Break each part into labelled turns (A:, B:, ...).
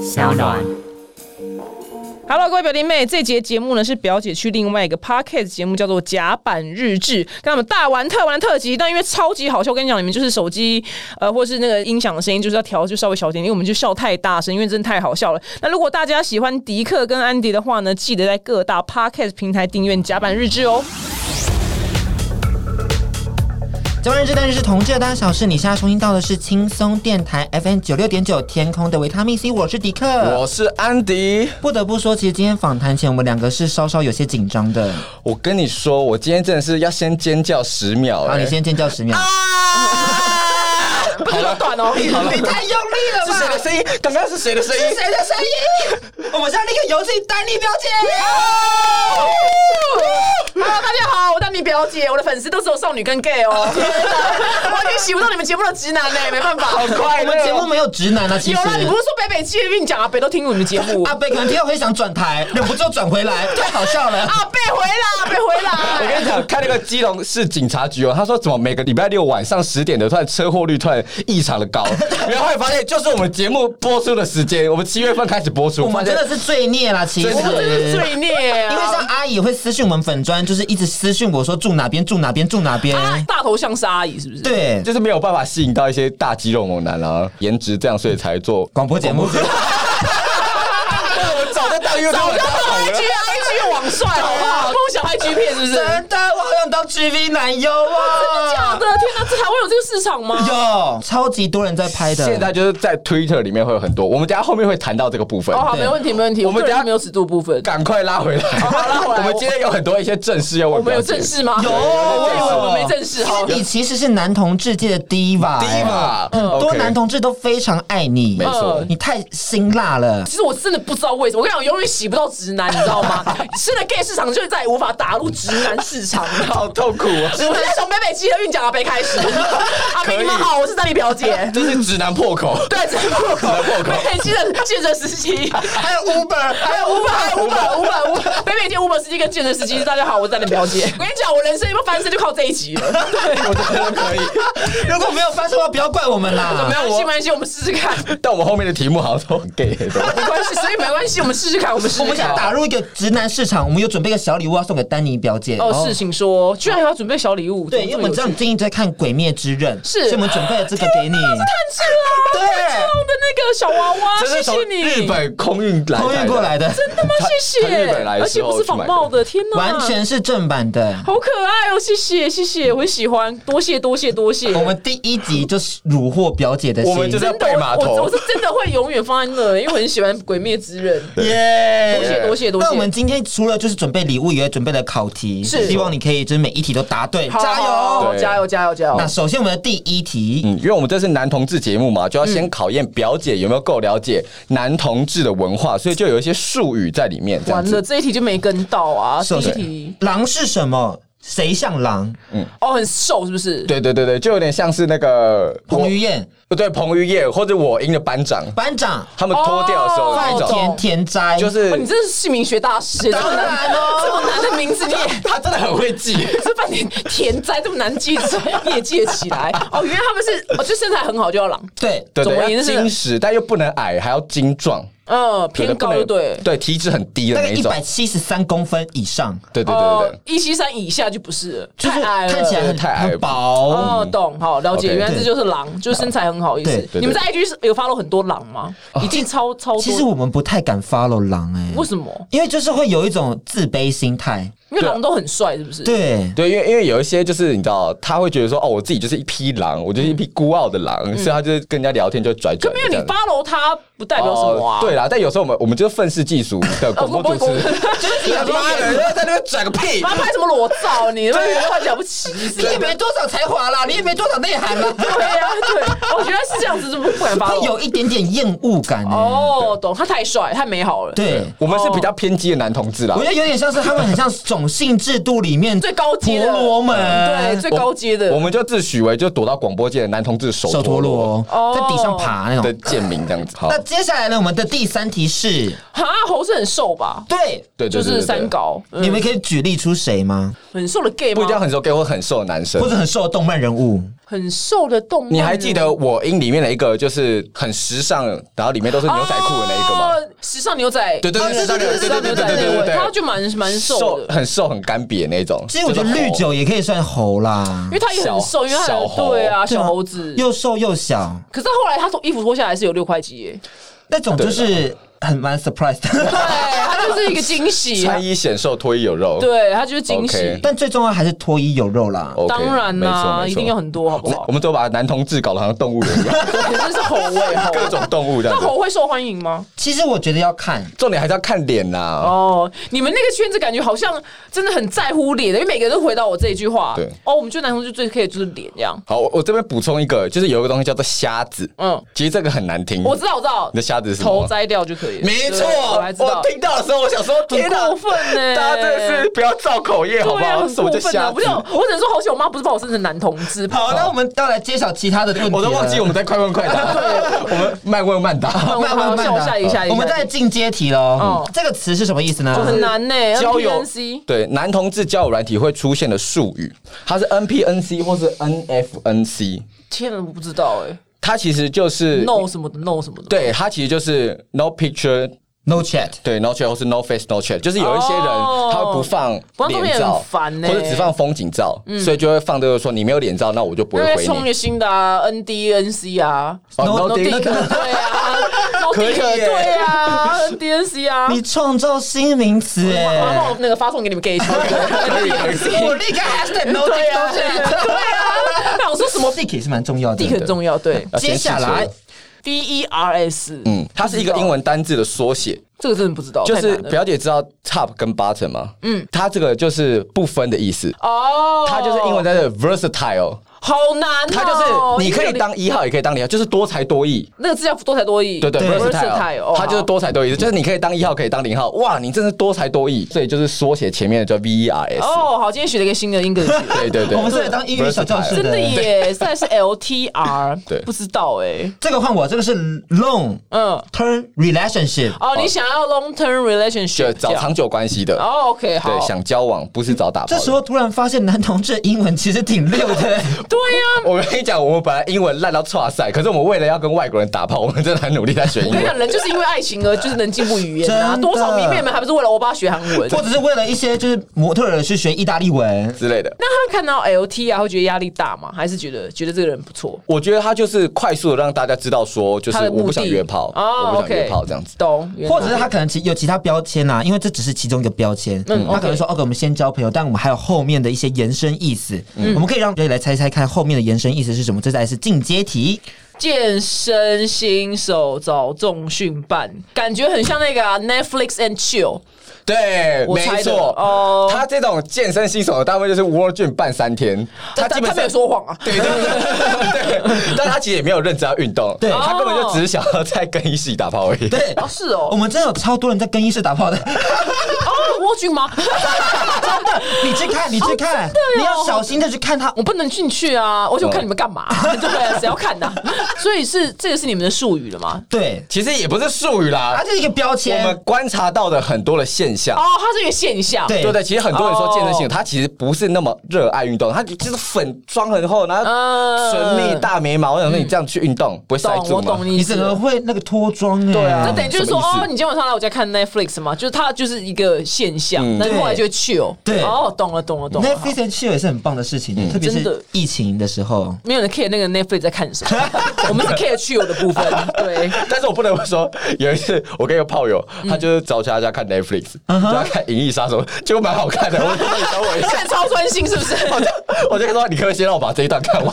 A: 小暖。
B: Hello，各位表弟妹，这节节目呢是表姐去另外一个 podcast 节目，叫做《甲板日志》，跟他们大玩特玩的特辑。但因为超级好笑，我跟你讲，你们就是手机呃，或是那个音响的声音，就是要调就稍微小一点，因为我们就笑太大声，因为真的太好笑了。那如果大家喜欢迪克跟安迪的话呢，记得在各大 podcast 平台订阅《甲板日志》哦。
A: 中日之单日是同志的大小事，你现在收听到的是轻松电台 FM 九六点九天空的维他命 C，我是迪克。
C: 我是安迪，
A: 不得不说，其实今天访谈前我们两个是稍稍有些紧张的。
C: 我跟你说，我今天真的是要先尖叫十秒、
A: 好，
C: 哎
A: 啊你先尖叫十秒。
B: 不是说短哦，
C: 好了
A: 你太用力了
C: 是谁
A: 吧！
C: 的声音？刚刚是谁的声音？
A: 谁的声音？我们像那个游戏丹妮表姐。
B: Hello，大家好，我丹米表姐，我的粉丝都只有少女跟 gay 哦，天哪完全洗不到你们节目的直男呢、没办法，好
A: 我们节目没有直男啊，其
B: 有
A: 实。
B: 啦，你不是说北北基因讲啊，北都听你们节目。
A: 阿贝可能听到会想转台，忍不住转回来， 太好笑了。
B: 啊，贝回来，贝回
C: 我
B: 来。
C: 跟你讲，看那个基隆市警察局哦，他说怎么每个礼拜六晚上十点的，突然车祸率突然异常的高，然后后来发现就是我们节目播出的时间，我们七月份开始播出，
A: 我们真的是罪孽啦，其实。
C: 真的
B: 真是罪孽
A: 因为像
B: 啊！
A: 阿姨会私讯我们粉砖，就是一直私讯我说住哪边住哪边住哪边。
B: 啊，大头像是阿姨是不是？，
A: 对，
C: 就是没有办法吸引到一些大肌肉猛男啊，颜值这样，所以才做
A: 广播节目。
C: 我们早就当 YouTube
B: 早就做
C: 了
B: IG IG 网帅好不好？梦想 IG 片是不是？真
A: 真的，我好想当 GV 男优
B: 的假
A: 啊！
B: 的？天哪，这台湾有这个市场 吗？
A: 有超级多人在拍的。
C: 现在就是在 Twitter 里面会有很多，我们等一下后面会谈到这个部分。
B: 哦，好，没问题，没问题。
C: 我们
B: 个人
C: 等下
B: 是没有尺度部分，
C: 赶快拉回来，
B: 拉回来
C: 我们今天有很多一些正事要问。
B: 我们有正。式吗？
A: 有
B: 我以为我们没正式。好，
A: 你其实是男同志界的 diva，
C: 第一嘛，
A: 很嗯多
C: 啊 OK
A: 男同志都非常爱你，哦
C: 没错
B: 嗯，
A: 你太辛辣了。
B: 其实我真的不知道为什么，我跟你讲，永远洗不到直男，你知道吗？现在 gay 市场就再也无法打入直男市场了。
C: 好痛苦啊！
B: 我们从北北基的运讲阿北开始。阿北，
C: 可以
B: 你们好，我是丹妮表姐。
C: 这是直男破 口，
B: 对，这是破口
C: 南破口
B: 北北基的建设时期，
A: 还有 Uber，
B: 还有五百、五百、五百、五百，北北基五百司机跟建设时期，大家好，我是丹妮表姐。我跟你讲，我人生有没有翻身就靠这一集了。
C: 我觉得可以。
A: 如果没有发生的话，不要怪我们
C: 啊
A: 啦。
B: 没关系，没关系，我们试试 看，
C: 但我们后面的题目好像都很 gay，的
B: 没关系，所以没关系，我们试试看，我们试
A: 我
B: 试
A: 们想
B: 看。
A: 打入一个直男市场，我们有准备一个小礼物要送给丹妮表姐。
B: 哦，是，请说，居然还要准备小礼物，
A: 对，因为我们知道你最近在看《鬼灭之刃》，所以我们准备了这个给你。
B: 看起来，
A: 对
B: 看起来我的那个小娃娃，
C: 这
B: 谢
C: 是从
B: 谢你，
C: 日本空运来，
A: 空运过来。的，
B: 真的吗？谢
C: 他
B: 谢，
C: 日本来的
B: 而
C: 时
B: 且
C: 候
B: 不是仿冒的，天哪，
A: 完全是正版的。
B: 好可爱哦！谢谢，谢谢，我很喜欢，多谢，多谢，多谢。
A: 我们第一集就是虏获表姐的心，
C: 我们就是
B: 真的，
C: 在码头
B: 我我我是真的会永远放在那，因为我很喜欢《鬼灭之刃》。多
A: 耶。
B: 谢，多谢，多谢。
A: 那我们今天除了就是准备礼物以外，准备了考题，
B: 是
A: 希望你可以就是每一题都答对，
B: 好
A: 加
B: 好
A: 油！
B: 好
C: 对
B: 加油，加油，加油
A: 那！首先我们的第一题，
C: 嗯，因为我们这是男同志节目嘛，就要先考验表姐有没有够了解男同志的文化，所以就有一些术语在里面。这样
B: 完
C: 子
B: 了，这一题就没跟到啊！第
A: 首
B: 一
A: 先
B: 题
A: 狼是什么？谁像狼？
B: 哦，很瘦是不是？
C: 对对对对，就有点像是那个
A: 彭于晏
C: 不对，彭于晏或者我英的班长，
A: 班长，
C: 他们脱掉的时候
B: 哦
C: 那
A: 饭
C: 种，
A: 田田斋，
C: 就
B: 哦，你
C: 是
B: 真是姓名学大师，欸这么难这么难的名字你 也。
C: 他真的很会记。
B: 这半年田灾这么难记，你也记得起来哦？原来他们是，哦，就身材很好就要狼，
A: 对
C: 对
B: 总而
C: 对，
B: 言
C: 要
B: 之
C: 精实，但又不能矮，还要精壮，
B: 嗯，偏高就
C: 不能
B: 对。
C: 对，体脂很低的
A: 大
C: 那
A: 概
C: 一
A: 一
C: 种
A: 百，七十三公分以上，
C: 对对对对
B: 哦
C: 对，。
B: 一七三以下就不是了，
A: 就是
B: 太矮了。
A: 看起来很
C: 太矮了
A: 很薄。
B: 哦，懂，好了解，
C: OK
B: 原来这就是狼，就是身材很好意
A: 对对
B: 思。
C: 对
B: 你们在 IG 是有 follow 很多狼吗？已经超超多。
A: 其实我们不太敢 follow 狼哎，
B: 为什么？
A: 因为就是会有一种自卑心态，
B: 因为狼都很帅，是不是？，
A: 对。
C: 对，因为因为有一些就是你知道，他会觉得说，哦，我自己就是一匹狼，我就是一匹孤傲的狼，所以他就是跟人家聊天就拽
B: 嗯可
C: 拽的
B: 没有
C: 这
B: 你
C: 样子。
B: follow 他不代表什么啊。
C: 哦对啦，但有时候我们我们就是愤世嫉俗的
B: 哦，
C: 广播主持 人，
B: 就是你
C: 啊妈的，在那边拽个屁！
B: 妈拍什么裸照？啊你那
C: 啊
B: 边幻想不起，是不
A: 你
B: 是
A: 也没多少才华啦，你也没多少内涵啦，
B: 对呀，对，我觉得是这样子，怎么不敢
A: 会
B: follow？
A: 有一点点厌恶感哦。
B: 哦，懂，他太帅，太美好了。，
A: 对，
C: 我们
B: 哦
C: 是比较偏激的男同志啦
A: 我觉。得有点像是他们很像种姓制度里面
B: 最高阶
A: 婆
B: 的
A: 罗门，
B: 对，最高阶的
C: 我。们就自诩为就躲到广播界的男同志手
A: 手陀
C: 陀螺
A: 螺
B: 哦
A: 在底上爬那
C: 的
A: 种。
C: 贱民这样子。好
A: 那，接下来呢，我们的第三题是，
B: 哈，猴是很瘦吧？
A: 对，
C: 对，对
B: 就
C: 对
B: 是
C: 对对
B: 三高，嗯
A: 你们可以举例出谁吗？
B: 很瘦的 gay 吗？
C: 不一定要很瘦 gay 或很瘦的男生
A: 或，者很瘦的动漫人物？
B: 很瘦的动漫。
C: 你还记得《我英》里面的一个就是很时尚，然后里面都是牛仔裤的那一个吗？
B: 哦？时尚牛仔，啊
C: 对对对
B: 时尚牛仔
C: 对对对
B: 时尚牛仔
C: 对对对对对
B: 他就蛮蛮瘦的。
C: 很瘦，很干瘪那种。
A: 其实我觉得
C: 就是
A: 绿
C: 猴
A: 酒也可以算猴啦
B: 因，为他也很瘦，
C: 小
B: 因为他
C: 小
B: 有
C: 猴
B: 对啊，
A: 对
B: 小
A: 啊
B: 猴子。
A: 又瘦又小，
B: 可是他后来他从衣服脱下来是有六块肌耶，
A: 那种就是很蛮 surprise
B: 对，
A: 的。
B: 他就是一个惊喜，啊
C: 穿衣显瘦，脱衣有肉。
B: 对他就是惊喜
C: 哦 OK。
A: 但最重要还是脱衣有肉啦。
C: OK，
B: 当然
C: 没错
B: 啦，
C: 没错
B: 一定有很多，好不
C: 我
B: 好
C: 我？们都把男同志搞得好像动物园一样，
B: 可是是猴味猴。
C: 各种动物这
B: 啊那
C: 样子。
B: 猴会受欢迎吗？
A: 其实我觉得要看，
C: 重点还是要看脸呐。
B: 哦，你们那个圈子感觉好像真的很在乎脸的，因为每个人都回答我这一句话。
C: 对
B: 哦，我们觉得男同志最可以就是脸这样。
C: 好，我我这边补充一个，就是有一个东西叫做虾子，
B: 嗯，
C: 其实这个很难听。
B: 我知道，我知道。
C: 你的虾子是什么
B: 头摘掉就可以了。
C: 没错，
B: 对我还知道
C: 我。听到的时候，我想说，天哪，
B: 过分呢
C: 大家真的是不要造口业，好不
B: 对啊，
C: 好？
B: 很
C: 什么
B: 过
C: 叫
B: 分啊！
C: 瞎
B: 不
C: 子
B: 是，？我只能说好险，我妈不是把我生成男同 志。
A: 好，那我们要来揭晓其
B: 啊
A: 他的问题了。
C: 哎我都忘记我们在快问快 答，我们慢问慢答。
A: 慢慢慢
B: 好下一个下一个下一个
A: 我们在进阶题喽
B: 嗯。
A: 这个词是什么意思呢？
B: 哦很难呢、
C: 交友
B: NPNC
C: 对男同志交友软体会出现的术语，它是 NPNC 或是 NFNC，
B: 天哪，我不知道哎、
C: 它其实就是。
B: no 什么的，no 什么的，
C: 对，它其实就是 no picture，
A: No chat。
C: 对 no chat 或是 no face no chat，就是有一些人
B: 哦
C: 他会不放
B: 不放照
C: 脸
B: 片
C: 照
B: 很，烦欸
C: 或者只放风景照，所以就会放这个说你没有脸照，那我就不
B: 因
C: 会
B: 为
C: 回
B: 冲一
C: 你。
B: 个新的啊，NDNC 啊
C: 哦
A: No-
C: no
B: ，no
C: dick
B: 对啊，no
C: 可以
B: dick
C: 耶
B: 对啊，NDNC 啊，
A: 你创造新名词
B: 然
A: 哎！
B: 后那个发送给你们 gay 圈，NDNC，
A: 我立刻 hashtag no
B: 对啊，
A: dick
B: 对
A: no
B: 啊，那我说什么
A: dick 也是蛮重要的。
B: dick 很重要， 对
C: 要
A: 接
C: 先
A: 下
C: 试
A: 来
C: 车
B: ，D E R S，
C: 啊嗯，它是一个英文单字的缩写，
B: 这个真的不知道，
C: 就是
B: 太难了
C: 表姐知道 top 跟 bottom 吗？嗯，它这个就是不分的意思，
B: 哦，
C: 它就是英文单字 versatile，
B: 好难哦，
C: 它就是你可
B: 因为
C: 以
B: 有点
C: 当一号也可以当零号，就是多才多艺。
B: 那个字叫多才多艺，
C: 对对
A: 对
B: ，versatile，哦
C: ，versatile，它就是多才多艺，就是你可以当一号，可以当零号，哇，你真是多才多艺，所以就是缩写前面的叫 V E R
B: 哦
C: S，
B: 好，哦好，今天学了一个新的英格字。
C: 对对对，
A: 我们是来当英语小教室
B: 真的耶，现在是 LTR，
C: 对
B: 不知道哎、
A: 这个换我，这个是 long
B: 嗯，
A: term relationship。
B: 哦，你想要 long term relationship，
C: 就找长久关系的，
B: 哦，OK，好，
C: 对，
B: 对呀、
C: 想交往不是找打炮
A: 这
C: 的。
A: 时候突然发现男同志的英文其实挺 溜的，
B: 啊
C: 我跟你讲，我们本来英文烂到差赛，可是我们为了要跟外国人打炮， 我们真的很努力在学英
B: 我跟你
C: 文
B: 讲，。人就是因为爱情而就是能进步语言啊，
A: 真的
B: 多少迷妹们还不是为了欧巴学韩文？
A: 或者是为了一些就是模特儿去学意大利文。
C: 之类的，
B: 那他看到 LT 啊，会觉得压力大吗？还是觉得觉得这个人不错？
C: 我觉得他就是快速的让大家知道说，就是
B: 他的目的
C: 我不想约炮，
B: 哦
C: 我不想约
B: OK
C: 炮这样子。
B: 懂？原来
A: 或者是他可能其有其他标签呐、啊，因为这只是其中一个标签。
B: 嗯
A: 他可能说哦 OK，我们先交朋友，但我们还有后面的一些延伸意思。
B: 嗯
A: 我们可以让人来猜猜看后面的延伸意思是什么。这才是进阶题。
B: 健身新手找重训办，感觉很像那个、啊、Netflix and Chill，
C: 对，
B: 我
C: 没
B: 猜的
C: 错。
B: 哦
C: 哦，他这种健身新手的大部分就是 World Gym 办三天，他基本
B: 他
C: 上
B: 没有。说谎啊。
C: 对对 对对，但他其实也没有认真要运动，
A: 对
C: 他根本就只是想要在更衣室里打炮而已。
A: 对，
B: 哦，是哦，
A: 我们真的有超多人在更衣室打炮的，
B: 哦，蜗居吗？
A: 真的，你去看，你去看，
B: 哦
A: 你要小心的去看他
B: 我。不能进去啊！而且我看你们干嘛、
A: 哦
B: 对不对？谁要看呢、啊所以是这个是你们的术语了吗？
A: 对，
C: 其实也不是术语啦
A: 它，就是一个标
C: 我
A: 签
C: 们。观察到的很多的现象
B: 啊哦。，它是一个现象。
A: 对
C: 对不对，其实很多人说健身性，
B: 哦
C: 他其实不是那么热爱运动，他就是粉妆很厚，然后唇蜜大眉毛，我想说你这样去运动不会塞
B: 嗯懂
C: 住
B: 我
C: 吗
B: 懂？你
A: 啊你
B: 意思
A: 整个会那个脱妆哎。对
C: 啊
B: 那等于就是说，
C: 什么意
B: 哦
C: 思，
B: 你今天晚上来我家看 Netflix 嘛，就是它就是一个现象，
C: 嗯
B: 那、后来就会去哦。
A: 对
B: 哦，懂了，懂了，懂了。好
A: Netflix and chill 也是很棒的事情，特别
B: 嗯真的
A: 是疫情的时候。
B: 没有人 care 那个 Netflix 在看什么， 我们是 care 去有的部分。对，
C: 但是我不能不说，有一次我跟一个炮友，
B: 嗯
C: 他就是找其他家看 Netflix，就要看《银翼杀手》，结果蛮好看的。我就说你找 我一下，
B: 看超专心是不是？
C: 我就我就跟他说，你可不可以先让我把这一段看完？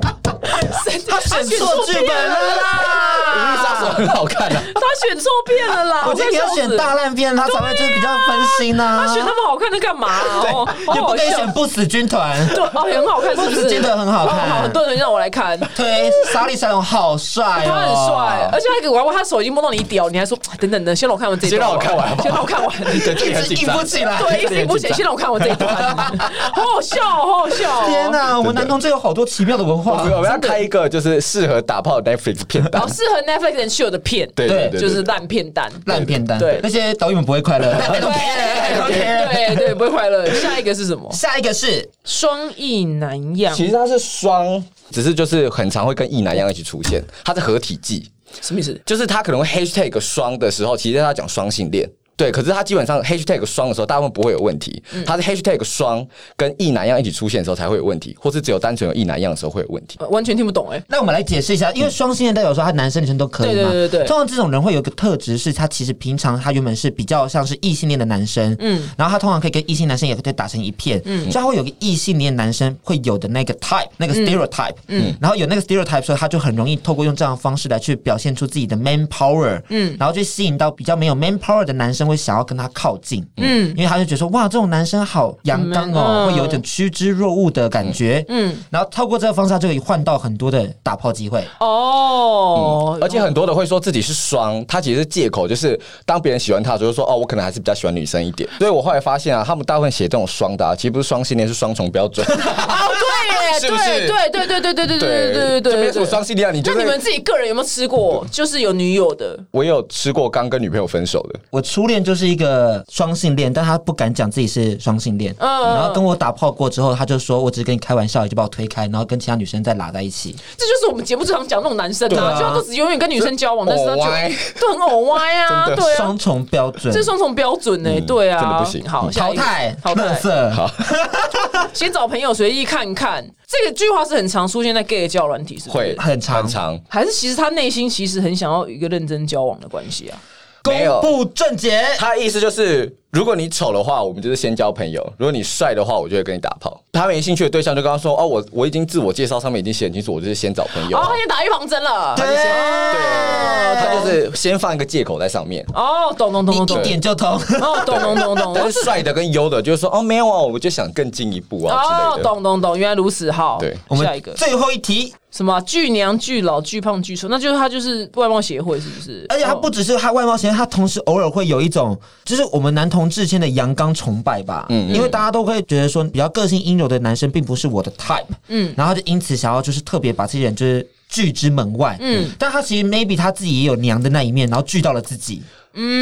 C: 《
B: 他选
A: 错剧本了
B: 啊
C: 银翼杀手》
B: 啦！
C: 很好看啊。
B: 他选错片了啦！
A: 我觉得你要
B: 快笑
A: 选
B: 死啊
A: 大烂片，他才会就是比较分心啊呐。
C: 啊
B: 他选那么好看的干 嘛、哦，好
A: 也不
B: 好
A: 可以
B: 笑。
A: 选不死军团。
B: 对，哦，也很好 看，是不
A: 不
B: 是？
A: 是真的很好看
B: 哦很多人让我来看。
A: 对，莎莉·沙龙好
C: 哎
A: 帅、哦，
B: 他很帅，而且他给娃娃，他手已经摸到你屌，你还说啊等等等，先让我看完这一段，
C: 先让我看完好不好
B: 先让我看完，
C: 对，这个很
A: 一直
C: 紧
A: 硬不
C: 张。
A: 起 来。
B: 对，一直不行，先让我看完这一段， 好好笑哦，好好笑哦，
A: 天哪、我们男同志有好多奇妙的文
C: 我
A: 化
C: 们。我们要开一个就是适合打炮的 Netflix 片
B: 然
C: 单
B: 后。适合哦 Netflix and Chill 的片，
C: 对对对，
B: 就是
C: 对
B: 烂片单，
A: 烂片单，
B: 对
A: 那些导演们不会快乐。I
B: 对
A: don't care，I don't
B: 对
A: care
B: 对，不会快乐。下一个是什么？
A: 下一个是
B: 双翼难养，
C: 其实它是双只是就是很常会跟异男一样一起出现，它是合体技，
B: 什么意思？
C: 就是他可能会 hashtag 双的时候，其实他讲双性恋。对，可是他基本上 hashtag 双的时候，大部分不会有问题。
B: 嗯
C: 他是 hashtag 双跟异男一样一起出现的时候才会有问题，或是只有单纯有异男一样的时候会有问题。
B: 呃完全听不懂哎、
A: 那我们来解释一下，因为双性恋代表说他男生女生都可以嘛。
B: 对对对对
A: 通常这种人会有一个特质是，他其实平常他原本是比较像是异性恋的男生，嗯，然后他通常可以跟异性男生也可以打成一片，嗯，所以他会有个异性恋男生会有的那个 type，那个 stereotype，嗯，然后有那个 stereotype 所以他就很容易透过用这样的方式来去表现出自己的 man power，嗯，然后去吸引到比较没有 man power 的男生会想要跟他靠近，嗯，因为他就觉得说哇，这种男生好阳刚哦，
B: 嗯
A: 会有一种趋之若鹜的感觉，嗯，然后透过这个方式，他就可以换到很多的打炮机会。
B: 哦、
C: 嗯而且很多的会说自己是双，他其实是借口，就是当别人喜欢他的时候，就说哦，我可能还是比较喜欢女生一点。所以我后来发现啊，他们大部分写这种双的、啊，其实不是双性恋，是双重标 准。
B: 哦，对耶，
C: 是不是
B: 对对对对对对对对对
C: 就没
B: 对
C: 有什么
B: 对
C: 双性恋啊，你就
B: 那
C: 是
B: 你们自己个人有没有吃过？就是有女友的，
C: 我有吃过刚跟女朋友分手的，
A: 我初恋就是一个双性恋，但他不敢讲自己是双性恋。
B: 嗯
A: 然后跟我打炮过之后，他就说我只是跟你开玩笑，就把我推开，然后跟其他女生再拉在一起。
B: 这就是我们节目最常讲那种男生
C: 对
B: 啊，
C: 啊
B: 就他都只永远跟女生交往，哦但是他
C: 偶歪
B: 就都很偶歪啊，
C: 真的嗯
B: 对啊
A: 双。重标准
B: 这是，双重标准呢、对啊，
C: 真的不行
B: 好，
C: 嗯
B: 下
A: 淘
B: 一个
A: 汰，
B: 淘汰
A: 垃，圾
B: 先找朋友随意看看。这个句话是很常出现在 gay 的交友软体，是不是
C: 会
A: 很长
C: 很长。
B: 还是其实他内心其实很想要一个认真交往的关系啊？
C: 没有
A: 公布正解。
C: 他的意思就是，如果你丑的话，我们就是先交朋友；如果你帅的话，我就会跟你打炮。他没兴趣的对象就跟他说：“哦，我我已经自我介绍上面已经写很清楚，我就是先找朋友。
B: 哦，他先打预防针了。
A: 对，
C: 他就是先放一个借口在上面。
B: 哦，懂懂懂懂
A: 你
B: 懂
A: 一。点就通。
B: 哦，懂懂懂懂。
C: 但是帅的跟优的就是说：“哦，没有啊，我就想更进一步啊
B: 哦
C: 之，类的。
B: 懂懂懂，原来如此。好，
C: 对
A: 我
B: 下一
A: 们
B: 个
A: 最后一题，
B: 什么巨娘、巨老、巨胖、巨瘦，那就是他就是外貌协会，是不是？
A: 而且他
B: 哦
A: 不只是他外貌协会，他同时偶尔会有一种，就是我们男同志间的阳刚崇拜吧。嗯，因为大家都会觉得说，比较个性阴柔的男生并不是我的 type。嗯，然后就因此想要就是特别把这些人就是拒之门外。嗯，但他其实 maybe 他自己也有娘的那一面，然后拒到了自己。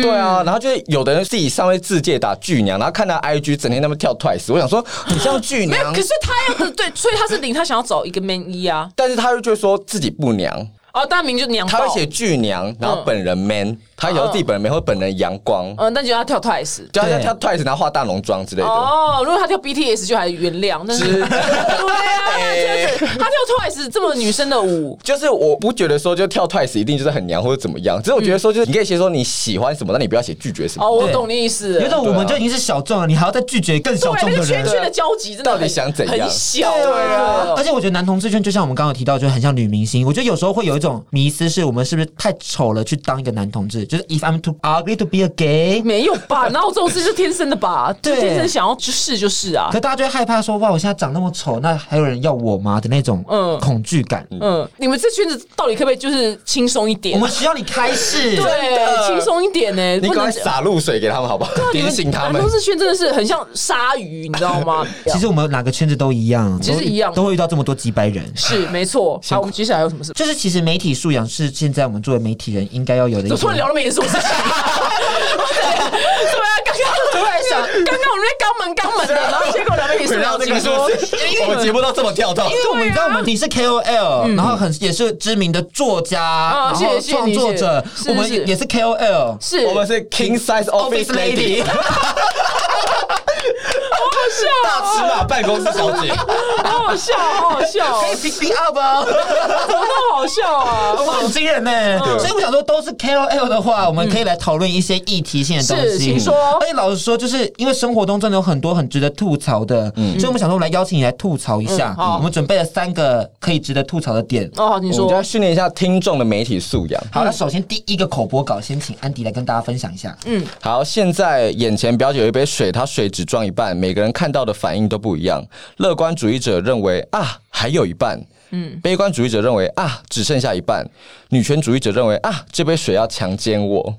C: 对啊，然后就是有的人自己上面自介打巨娘，然后看他 IG 整天那么跳 Twice，我想说你像巨
B: 没有，
C: 娘
B: 可，是他要的对，所以他是零，他想要找一个 man 一啊。
C: 但是他就觉得说自己不娘，
B: 哦，大名就娘
C: 他
B: 爆
C: 会写巨娘，然后本人 man，他有自己本人 man 或本人阳光，
B: 嗯，但觉得他跳 twice。
C: 就他
A: 对
C: 他 twice 然后化大浓妆之类的。
B: 哦，如果他跳 BTS 就还原谅，但是对啊，他跳他跳 twice 这么女生的舞，
C: 就是我不觉得说就跳 twice 一定就是很娘或者怎么样，只是我觉得说就是你可以先说你喜欢什么，但你不要写拒绝什
B: 哦，
C: 么。
B: 我懂你意思了。
A: 有种我们就已经是小众了，你还要再拒绝更小众
B: 啊对，那
A: 的
B: 个圈
A: 人。
B: 圈的交集真的
C: 到底
B: 很
C: 想怎样
B: 很小，
C: 对啊
A: 而且我觉得男同志圈就像我们刚刚有提到，就很像女明星。我觉得有时候会有一种迷思，是我们是不是太丑了去当一个男同志？就是 if I'm too ugly to be a gay，
B: 没有 吧？哪有这种事是天生的吧？
A: 对
B: 天生想要就是就是啊
A: 可。大家就会害怕说，哇，我现在长那么丑，那还有人要我吗的那种
B: 嗯
A: 恐惧感。
B: 嗯，你们这圈子到底可不可以就是轻松一
A: 我
B: 点？
A: 们需要你开示，
B: 对，轻松一点呢，
C: 你
B: 不
C: 赶
B: 能
C: 快。洒露水给他们好不好？点醒他们
B: 男同。志圈真的是很像鲨鱼，你知道吗？
A: 其实我们哪个圈子都一样，
B: 其实
A: 都
B: 一样
A: 都会遇到这么多几百人。
B: 是没错。好，我们接下来有什么事？
A: 就是其实媒体素养是现在我们作为媒体人应该要有的一
B: 怎么突然聊
A: 种。
B: 那么严肃 的事情？对啊，刚刚突然想，刚刚我们在肛门肛门的，然后结果聊那么严肃
C: 回
B: 聊
C: 到这个
B: 情
C: 是
B: 说
C: 不，是？我们节目都这么跳动。
A: 因为我们
B: 对啊嗯
A: 知道我们你是 KOL，、然后很也是知名的作家，
B: 啊
A: 然
B: 谢
A: 后
B: 谢谢谢
A: 创作者，
B: 是是
A: 我们也
B: 是
A: 也是 KOL。
B: 是
C: 我们是 king size office lady，大尺码办公室小姐。
B: 啊好好笑，啊好好笑，
A: 可以 pick me up 哦，
B: 怎么那么好笑啊？
A: 哇，很惊人呢、所以我想说，都是 KOL 的话，我们可以来讨论一些议题性的东
B: 嗯是
A: 西。
B: 请说
A: 而且老实说，就是因为生活中真的有很多很值得吐槽的，所以我们想说，我们来邀请你来吐槽一下
B: 嗯。好
A: 我们准备了三个可以值得吐槽的点。
B: 哦，你
C: 我们就
B: 说
C: 要训练一下听众的媒体素养。
A: 好，那首先第一个口播稿，先请安迪来跟大家分享一下。嗯，
C: 好，现在眼前表姐有一杯水，她水只装一半，每个人看到的反应都不一样。乐观主义者认为啊，还有一半。嗯，悲观主义者认为啊，只剩下一半；女权主义者认为啊，这杯水要强奸 我。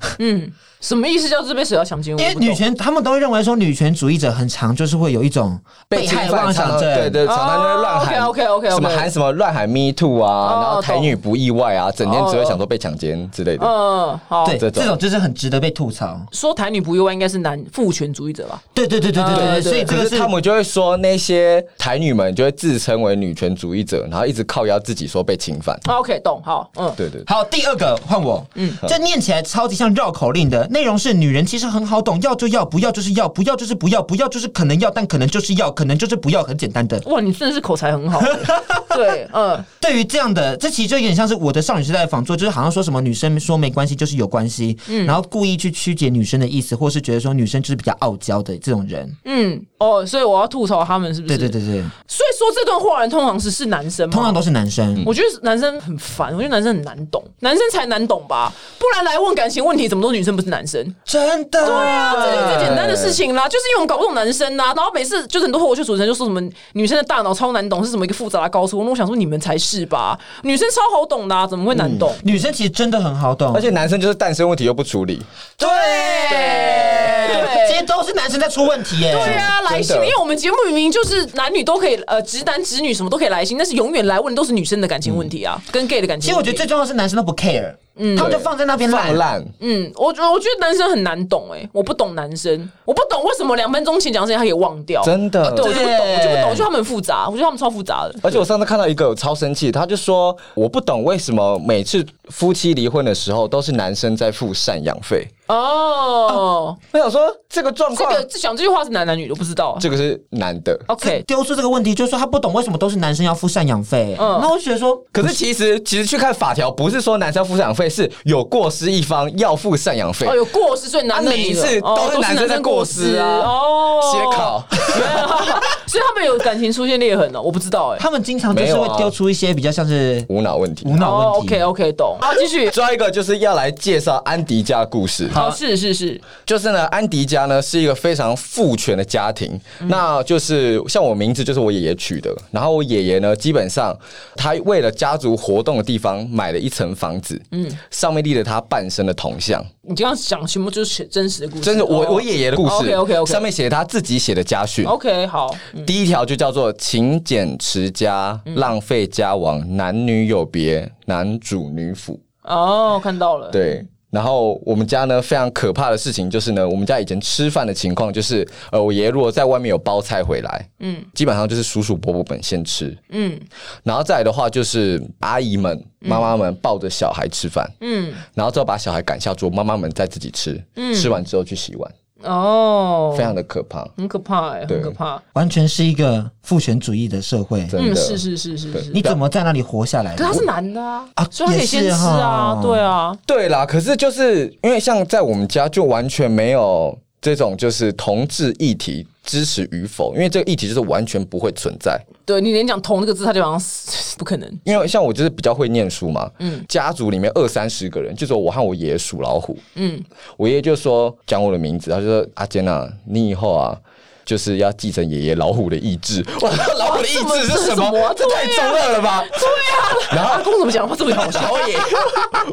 B: 什么意思？叫这杯水要强奸我？
A: 因
B: 我
A: 为
B: 不懂
A: 女权，他们都会认为说女权主义者很常就是会有一种被害
C: 侵犯
A: 妄想
C: 常常
A: 症，哦
C: 对对，常常就会乱喊。
B: OK，OK，OK，OK
C: 什么喊什么乱喊 me too 啊，
B: 哦
C: 然后台女不意外啊，整天只会想说被强奸之类
A: 哦
C: 的。
B: 嗯，好。
A: 对，
C: 这种
A: 这种就是很值得被吐槽。
B: 说台女不意外，应该是男父权主义者吧？
A: 对对对对对
B: 啊对
A: 对，所以这
C: 可
A: 个
C: 是
A: 是
C: 他们就会说那些台女们就会自称为女权主义者，然后一直是靠压自己说被侵
A: 哦
C: 犯。
B: OK，懂，好，嗯，
C: 对对对，
A: 好，第二个换我。嗯，这念起来超级像绕口令的内容是：女人其实很好懂，要就要，不要就是要，不要就是不要，不要就是可能要，但可能就是要，可能就是不要，很简单的。
B: 哇，你真的是口才很好， 对，嗯，
A: 对于这样的，这其实就有点像是我的少女时代的仿作，就是好像说什么女生说没关系就是有关系，然后故意去曲解女生的意思，或是觉得说女生就是比较傲娇的这种人。
B: 嗯，哦，所以我要吐槽他们是不
A: 对
B: 是？
A: 对对对，
B: 所以说这段话人通常是是男生吗？
A: 通常都是男生。
B: 我觉得男生很烦，我觉得男生很难懂，男生才难懂吧？不然来问感情问题，怎么都是女生不是男生？
A: 真的，对啊
B: 这就是最简单的事情啦，就是因为我们搞不懂男生呐、然后每次就是很多脱口秀主持人就说什么女生的大脑超难懂，是什么一个复杂的高速公路。我想说你们才是吧，女生超好懂的、啊，怎么会难懂？
A: 女生其实真的很好懂，
C: 而且男生就是诞生问题又不处理，
A: 对，
B: 对
A: 其实都是男生在出问题耶。
B: 对啊，来信，
C: 真
B: 因
C: 的
B: 为我们节目明明就是男女都可以，呃，直男直女什么都可以来信，但是永远来问都是女生的感情问题啊，
C: 嗯
B: 跟 gay 的感
A: 其
B: 情
A: 实我
B: 问题。
A: 觉得最重要的是男生都不 care，他们哦就放在那边
C: 放
A: 烂。
C: 烂。
B: 嗯，我觉得我觉得男生很难懂哎、我不懂男生，我不懂为什么两分钟前讲的事情他可以忘掉，
C: 真的
B: 啊对，我就不懂，
A: 对
B: 我就不懂，我觉得他们很复杂，我觉得他们超复杂的。
C: 而且我上次看到一个我超生气，他就说我不懂为什么每次夫妻离婚的时候都是男生在付赡养费。
B: 哦，
C: 我想说这个状
B: 这
C: 况，
B: 个讲这句话是男男女的，我不知道。
C: 这个是男的。
B: OK，
A: 丢出这个问题，就是说他不懂为什么都是男生要付赡养费。
B: 嗯
A: 那我就觉得说，
C: 可是其实其实去看法条，不是说男生要付赡养费，是有过失一方要付赡养费
A: 哎
B: 哦，。有过失，所以男的
C: 啊每一
B: 女的
C: 次
B: 哦
C: 都是男生在过失啊
B: 哦，
C: 写 考，
B: 所以他们有感情出现裂痕了，我不知道哎。
A: 他们经常就是
C: 没有啊
A: 会丢出一些比较像是
C: 无脑问题。
A: 无脑
B: 哦
A: 问题。
B: ，OK OK，懂。好，继续。
C: 最后一个就是要来介绍安迪家的故事。
B: 好，是是是，
C: 就是呢，安迪家呢是一个非常父权的家庭，那就是像我名字就是我爷爷取的，然后我爷爷呢，基本上他为了家族活动的地方买了一层房子，嗯，上面立了他半生的铜像，
B: 你刚刚讲全部就是写真实的故事，
C: 真的我、
B: 哦
C: 我爷爷的故事
B: OK，OK，OK 哦
C: 上面写他自己写的家训。
B: OK 好，
C: 第一条就叫做勤俭持家，
B: 嗯
C: 浪费家亡，男女有别，男主女辅。
B: 哦，看到了，
C: 对。然后我们家呢，非常可怕的事情就是呢，我们家以前吃饭的情况就是，呃，我爷爷如果在外面有包菜回来，嗯，基本上就是叔叔伯伯们先吃，
B: 嗯
C: 然后再来的话就是阿姨们、妈妈们抱着小孩吃饭，
B: 嗯，
C: 然后之后把小孩赶下桌，妈妈们再自己吃，吃完之后去洗碗，
B: 哦，
C: 非常的可怕，
B: 很可怕哎，很
C: 对
B: 可怕，
A: 完全是一个父权主义的社会，
C: 真
B: 嗯，
C: 的。
B: 是是是是是，
A: 你怎么在那里活下来
B: 可是
A: 的
B: 他？是男的啊，
A: 啊
B: 所以他可以先吃啊
A: 也是，哈
B: 对啊，
C: 对啦，可是就是因为像在我们家就完全没有这种就是同志议题支持与否，因为这个议题就是完全不会存在。
B: 对你连讲“同”这个字，他就好像是不可能。
C: 因为像我就是比较会念书嘛，家族里面二三十个人，就只有我和我爷爷属老虎，
B: 嗯
C: 我爷爷就说讲我的名字，他就说阿坚啊，你以后啊。就是要继承爷爷老虎的意 志，哇，老虎的意志是什
B: 这什么啊
C: 么？这太中二了吧！
B: 对啊，
C: 然后
B: 阿公怎么讲话这么搞笑？
C: 我爷，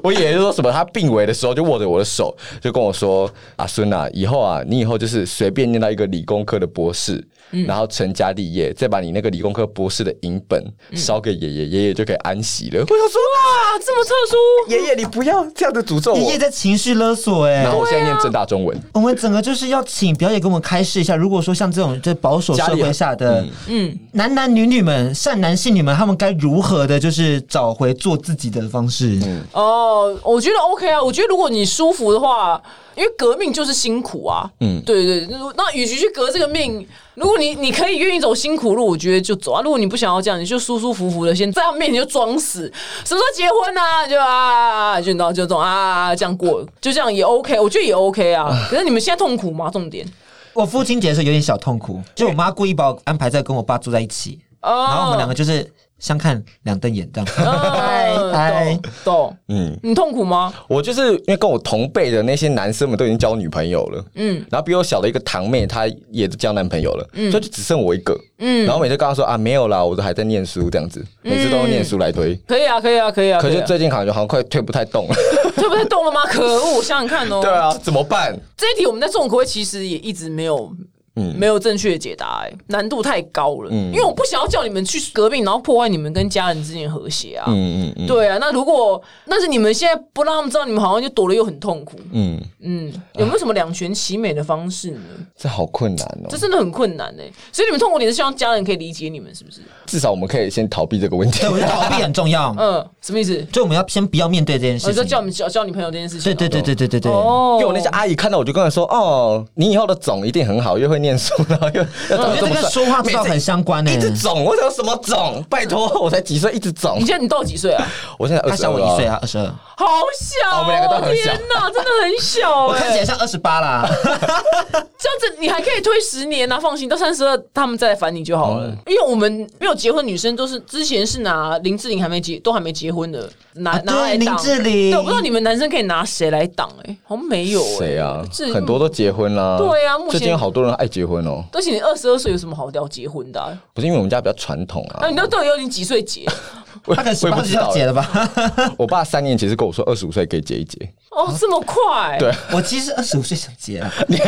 C: 我爷爷就说什么？他病危的时候就握着我的手，就跟我说：“阿孙啊，以后啊，你以后就是随便念到一个理工科的博士，然后成家立业，再把你那个理工科博士的银本烧给爷爷，爷爷就可以安息了。”我想说，
B: 哇，这么特殊，
C: 爷爷你不要这样的
B: 哦
C: 诅咒
A: 爷
C: 我
A: 爷。在情绪勒索哎、
C: 然后我现在念正大中文，
A: 我们整个就是要请表姐给我们开示一下，如果说像这种这保守社会下的，嗯，男男女女们、善男信女们，他们该如何的，就是找回做自己的方式？
B: 哦，我觉得 OK 啊，我觉得如果你舒服的话，因为革命就是辛苦啊，嗯，对对，对那与其去革这个命，如果你你可以愿意走辛苦路，我觉得就走啊。如果你不想要这样，你就舒舒服服的先在他们面前就装死，什么时候结婚啊？就啊，就然后就这种啊，这样过，就这样也 OK，我觉得也 OK 啊。可是你们现在痛苦吗？重点。
A: 我父亲节的时候有点小痛苦，就我妈故意把我安排在跟我爸坐在一起，
B: 哦
A: 然后我们两个就是相看两瞪眼这样。嗨嗨
B: 嗯，啊懂懂，嗯，你痛苦吗？
C: 我就是因为跟我同辈的那些男生们都已经交女朋友了，嗯，然后比我小的一个堂妹，她也交男朋友了，所以就只剩我一个，嗯，然后每次跟她说啊没有啦，我都还在念书这样子，
A: 嗯
C: 每次都用念书来推，
B: 可以啊，可以啊，可以啊，
C: 可是
B: 以啊
C: 最近感觉好像快推不太动了，
B: 这不太
C: 啊
B: 动了吗？可恶，我想想看哦。
C: 对，啊，怎么办？
B: 这一题我们在重口味其实也一直没有
C: 嗯
B: 没有正确的解答、哎，难度太高了。因为我不想要叫你们去革命，然后破坏你们跟家人之间的和谐啊。
C: 嗯嗯嗯
B: 对啊，那如果但是你们现在不让他们知道，你们好像就躲了又很痛苦。
C: 嗯，
B: 嗯，有没有什么两全其美的方式呢？
C: 这好困难哦
B: 这。真的很困难哎、所以你们痛苦点是希望家人可以理解你们，是不是？
C: 至少我们可以先逃避这个问题
A: 对，。我啊觉得逃避很重要，
B: 嗯，什么意思？
A: 就我们要先不要面对这件
B: 我
A: 事
B: 就
A: 情。
B: 叫你们交交女朋友这件事情、
A: 对对对对对对对。
B: 哦，
C: 因为我那些啊阿姨看到我就跟她说：“哦，你以后的总一定很好，又会念书，然后又……”
A: 我
C: 我
A: 觉得这跟说话之道很相关欸呢、
C: 一直肿，我想什么肿？拜托，我才几岁，一直肿
B: 你。现在你到几岁啊？
C: 我现在
A: 他
C: 22
A: 小我一岁
C: 了，
A: 啊，二十二。
B: 好小、哦，
C: 我们两个都很小
B: 天哪，真的很小、
A: 我
B: 哎。
A: 看起来像二十八啦，
B: 这样子你还可以推十年啊，放心，到三十二他们再来烦你就好了。
A: 嗯
B: 因为我们没有结婚，女生都是之前是拿林志玲还没结，都还没结婚的拿、
A: 啊
B: 拿来
A: 对
B: 挡
A: 林志玲
B: 对，我不知道你们男生可以拿谁来挡哎、好像没有哎、
C: 谁啊
B: 志？玲
C: 很多都结婚啦。
B: 对啊目前
C: 最近有好多人爱结婚哦。
B: 而且你二十二岁有什么好聊结婚的啊、
C: 不是因为我们家比较传统
A: 哦
B: 啊？
C: 啊
B: 你，都到底有你几岁 结？
C: 我
A: 他可能
C: 我
A: 十
C: 也
A: 八岁
C: 不知
A: 就要
C: 道
A: 结。了吧？
C: 我爸三年前是跟我说，二十五岁可以结一结。
B: 哦，这么快？
C: 对
A: 我其实二十五岁想结了。
B: 还是不是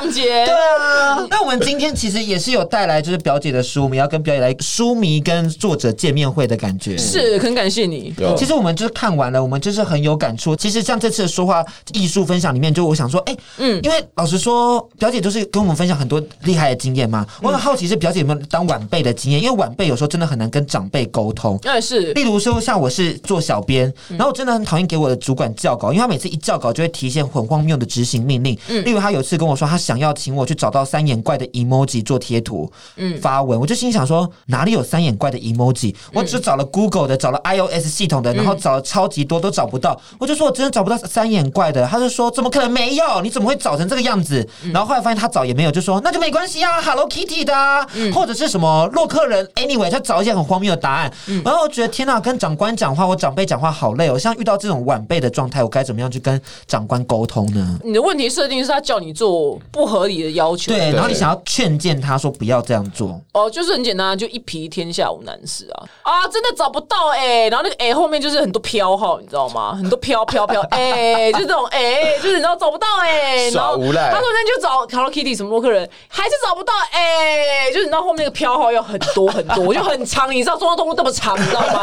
B: 两节？
A: 对啊，那我们今天其实也是有带来就是表姐的书，我们要跟表姐来书迷跟作者见面会的感觉。
B: 是，很感谢你。
C: 啊有
A: 其实我们就是看完了，我们就是很有感触。其实像这次的说话艺术分享里面，就我想说，哎、嗯，因为老实说，表姐就是跟我们分享很多厉害的经验嘛。我很好奇是表姐有没有当晚辈的经验，因为晚辈有时候真的很难跟长辈沟通。
B: 那也哎是
A: 例如说，像我是做小编，然后我真的很讨厌给我的主管校稿，因为他每次一校稿就会提一些很荒谬的执行命令。例如他有一次跟我说，他想要请我去找到三眼怪的 emoji 做贴图，发文，我就心想说哪里有三眼怪的 emoji？我只找了 Google 的，找了 iOS 系统的，然后找了超级多都找不到，我就说我真的找不到三眼怪的，他就说怎么可能没有？你怎么会找成这个样子？
B: 嗯
A: 然后后来发现他找也没有，就说那就没关系啊，Hello Kitty 的、啊，
B: 嗯
A: 或者是什么洛克人，anyway，他找一些很荒谬的答案。
B: 嗯
A: 然后我觉得天呐，跟长官讲话，我长辈讲话好累哦。像遇到这种晚辈的状态，我该怎么样去跟长官沟通呢？
B: 你的问题设定是他叫你做不合理的要求。
A: 对，然后你想要劝谏他说不要这样做，
B: 哦，就是很简单，就一皮天下无难事啊啊！真的找不到哎、然后那个哎、后面就是很多飘号，你知道吗？很多飘飘飘哎，就这种哎、就是你知道找不到哎、然后
C: 耍无赖
B: 他说那就找 Hello Kitty 什么洛克人，还是找不到哎、就是你知道后面那个飘号要很多很多，就很长，你知道中央通路这么长，你知道吗？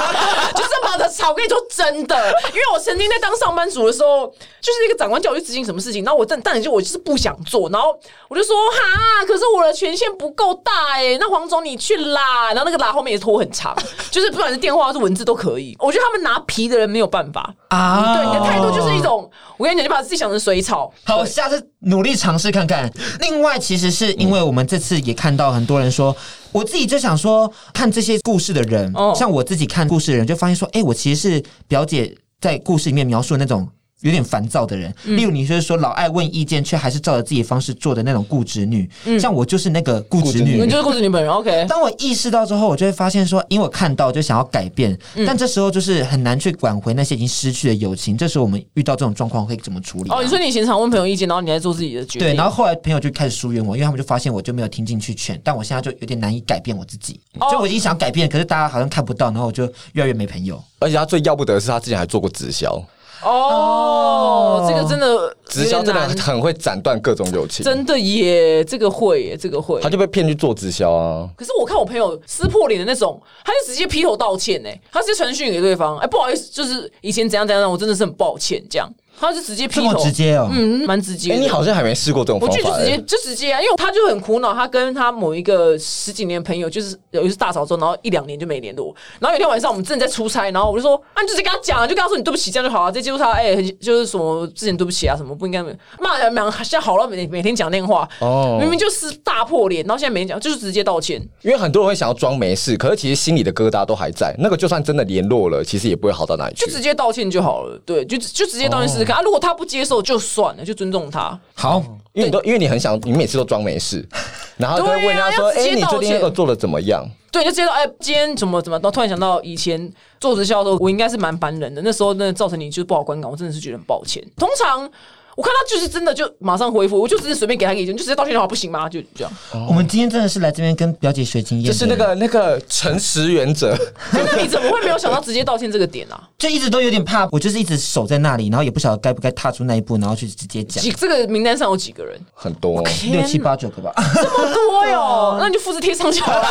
B: 就这么的长，我跟你说真的，因为我曾经在当上班族的时候，就是一个长官叫我去执行什么事情，然后我但但就我就是不想做，然后我就说哈，可是我的权限不够大哎、那黄总你去啦，然后那个啦后面也拖很长，就是不管是电话还是文字都可以，我觉得他们拿皮的人没有办法。
A: 啊，
B: 嗯对你的态度就是一种，我跟你讲，就把自己想成水草。
A: 好，我下次努力尝试看看。另外，其实是因为我们这次也看到很多人说，我自己就想说，看这些故事的人，
B: 哦
A: 像我自己看故事的人，就发现说，哎、我其实是表姐在故事里面描述的那种。有点烦躁的人，
B: 嗯
A: 例如你就是说老爱问意见，却还是照着自己方式做的那种固执女，像我就是那个固执
C: 固执
A: 女
B: 你。就是故嗯事女本人，OK？
A: 当我意识到之后，我就会发现说，因为我看到就想要改变，
B: 嗯
A: 但这时候就是很难去挽回那些已经失去的友情。这时候我们遇到这种状况会怎么处理啊、
B: 哦，你说你以前常问朋友意见，然后你在做自己的决定。
A: 对，然后后来朋友就开始疏远我，因为他们就发现我就没有听进去劝，但我现在就有点难以改变我自己，
B: 哦
A: 就我已经想改变，可是大家好像看不到，然后我就越来越没朋友。
C: 而且他最要不得的是，他之前还做过直销，
B: 哦，这个真的
C: 直销真的
B: 有点难
C: 很会斩断各种友情，
B: 真的耶，这个会耶，这个会
C: 他。就被骗去做直销啊。
B: 可是我看我朋友撕破脸的那种，他就直接劈头道歉呢，他直接传讯给对方，哎，不好意思，就是以前怎样怎样，我真的是很抱歉，这样，他就直接劈
A: 这么
B: 头，
A: 直接哦
B: 嗯，蛮直接
C: 哎，
B: 的。
C: 你好像还没试过这种
B: 我
C: 方
B: 去就
C: 法
B: 直接
C: 欸。
B: 就直接啊，因为他就很苦恼，他跟他某一个十几年的朋友，就是有一次大吵之后，然后一两年就没联络。然后有一天晚上我们正在出差，然后我就说啊，你就直接跟他讲啊，就跟他说你对不起，这样就好了、啊。再接触他，哎、很就是什么之前对不起啊，什么不应该骂人，骂现在好了，每每天讲电话，
C: 哦
B: 明明就是大破脸，然后现在没讲，就是直接道歉。
C: 因为很多人会想要装没事，可是其实心里的疙瘩都还在。那个就算真的联络了，其实也不会好到哪里去
B: 就。直接道歉就好了，对，就就直接道歉试试看、啊。如果他不接受就算了，就尊重他。
A: 好，
C: 因为你都因为你很想，你每次都装没事， 然后就会问人家说：“
B: 嗯对啊要直
C: 哎、
B: 接
C: 你最
B: 道
C: 近
B: 歉
C: 那个做的怎么样
B: 对，就知道哎，今天怎么怎么，然后突然想到以前做直销的时候，我应该是蛮烦人的。那时候真的造成你就是不好观感，我真的是觉得很抱歉。通常。我看他就是真的就马上回复，我就只是随便给他一个意见，就直接道歉的话不行吗？就这 样。
A: 我们今天真的是来这边跟表姐学经验，
C: 就是那，个那个诚实原 则，
B: 哎那你怎么会没有想到直接道歉这个点啊？
A: 就一直都有点怕，我就是一直守在那里，然后也不晓得该不该踏出那一步，然后去直接讲
B: 几，这个名单上有几个人？
C: 很多。
A: 六七八九个吧。
B: 这么多哟，那你就复制贴上就好了。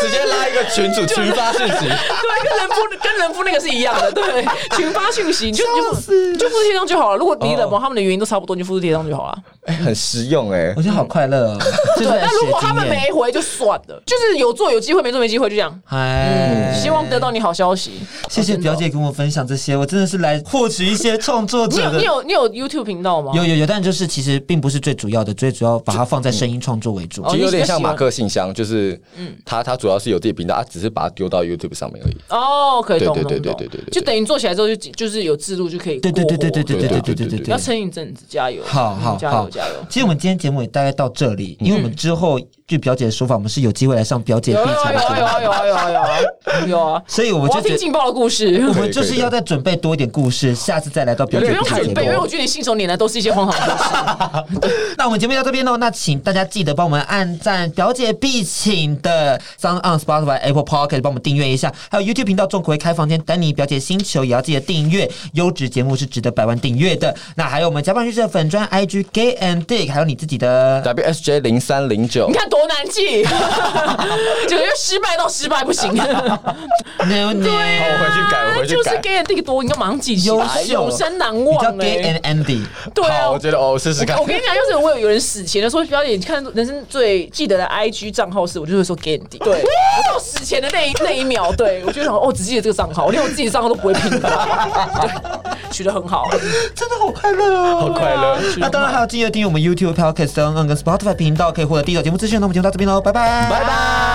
C: 直接拉一个群主群发讯息，
B: 对，跟人夫跟人夫那个是一样的，对，群发讯息，你就你就你就复制贴上就好了。如果你冷漠，他们的原因都差不多，你就复制贴上就好了。
C: 哎、很实用哎、
A: 我觉得好快乐哦！对
B: 对，那如果他们，没回就算了，就是有做有机会，没做没机会，就这样。
A: 哎，
B: 嗯希望得到你好消息。哦
A: 谢谢
B: 真的
A: 表姐跟我分享这些，我真的是来获取一些创作
B: 你
A: 者
B: 有
A: 的
B: 哦你。有你有 YouTube 频道吗？
A: 有有有，但就是其实并不是最主要的，最主要把它放在声音创作为主。
C: 其
B: 哦
C: 实有点像马克信箱，就是
B: 嗯
C: 它它主要是有自己频道，啊它只是把它丢到 YouTube 上面而已。
B: 哦，可以
C: 对
B: 懂
C: 对
B: 懂
C: 对对
B: 懂
C: 对对对对
B: 就等于做起来之后就就是有制度就可以
A: 对对对对对
B: 过
A: 对
B: 活
A: 对对对
C: 对对
A: 对对
C: 对
B: 不要
A: 对。
B: 撑一阵子，加油，
A: 好
B: 嗯
A: 好
B: 加
A: 好
B: 油加油。
A: 其实我们今天节目也大概到这里，因为我们之后据表姐的说法，我们是有机会来上表姐
B: 有
A: 必
B: 啊
A: 场
B: 有啊有
A: 的，
B: 啊有啊有啊有啊有啊！
A: 所以我
B: 我
A: 们
B: 要
A: 就
B: 听
A: 觉得
B: 劲爆的故事，
A: 我们就是要再准备多一点故事，下次再来到表
B: 不
A: 姐
C: 有
B: 用
A: 必
C: 点
A: 场
C: 太
B: 准备，因为我觉得你信手拈来都是一些荒唐的 故事。
A: 那我们节目到这边喽，那请大家记得帮我们按赞表姐必请的 Sound on Spotify、Apple Pocket 帮我们订阅一下，还有 YouTube 频道“众口味开房间”，丹尼表姐星球也要记得订阅，优质节目是值得百万订阅的。那还有我们甲板日志的粉砖 IG Gay and Dick，还有你自己的。
C: WSJ 零三零九
B: 你，看多难记， 就因为失败到失败不行。
A: No, no
B: 对啊
C: 好我回去改我回去
B: 就
C: 改
B: 是 gay 的这个多，你要马上记起来，
A: 优秀
B: 永生难
A: 你叫
B: 忘
A: Gay and
B: 哎。
A: Andy，
B: 对啊
C: 好，，我觉得哦，我试试看
B: 我。跟你讲，要是我有有人死前的时候，表姐，你看人生最记得的 IG 账号是，我就会说 Gandy。对，我到死前的那一那一秒，对我就想，哦，只记得这个账号，我连我自己的账号都不会拼的， 对取得很好，
A: 真的好快乐哦，
C: 好快乐
B: 对啊
A: 那当然还有记得订阅我们 YouTube、Podcast、Sound On 跟 Spotify 频道，可以获得第一手节目资讯。那我们节目到这边喽，拜拜，
C: 拜拜。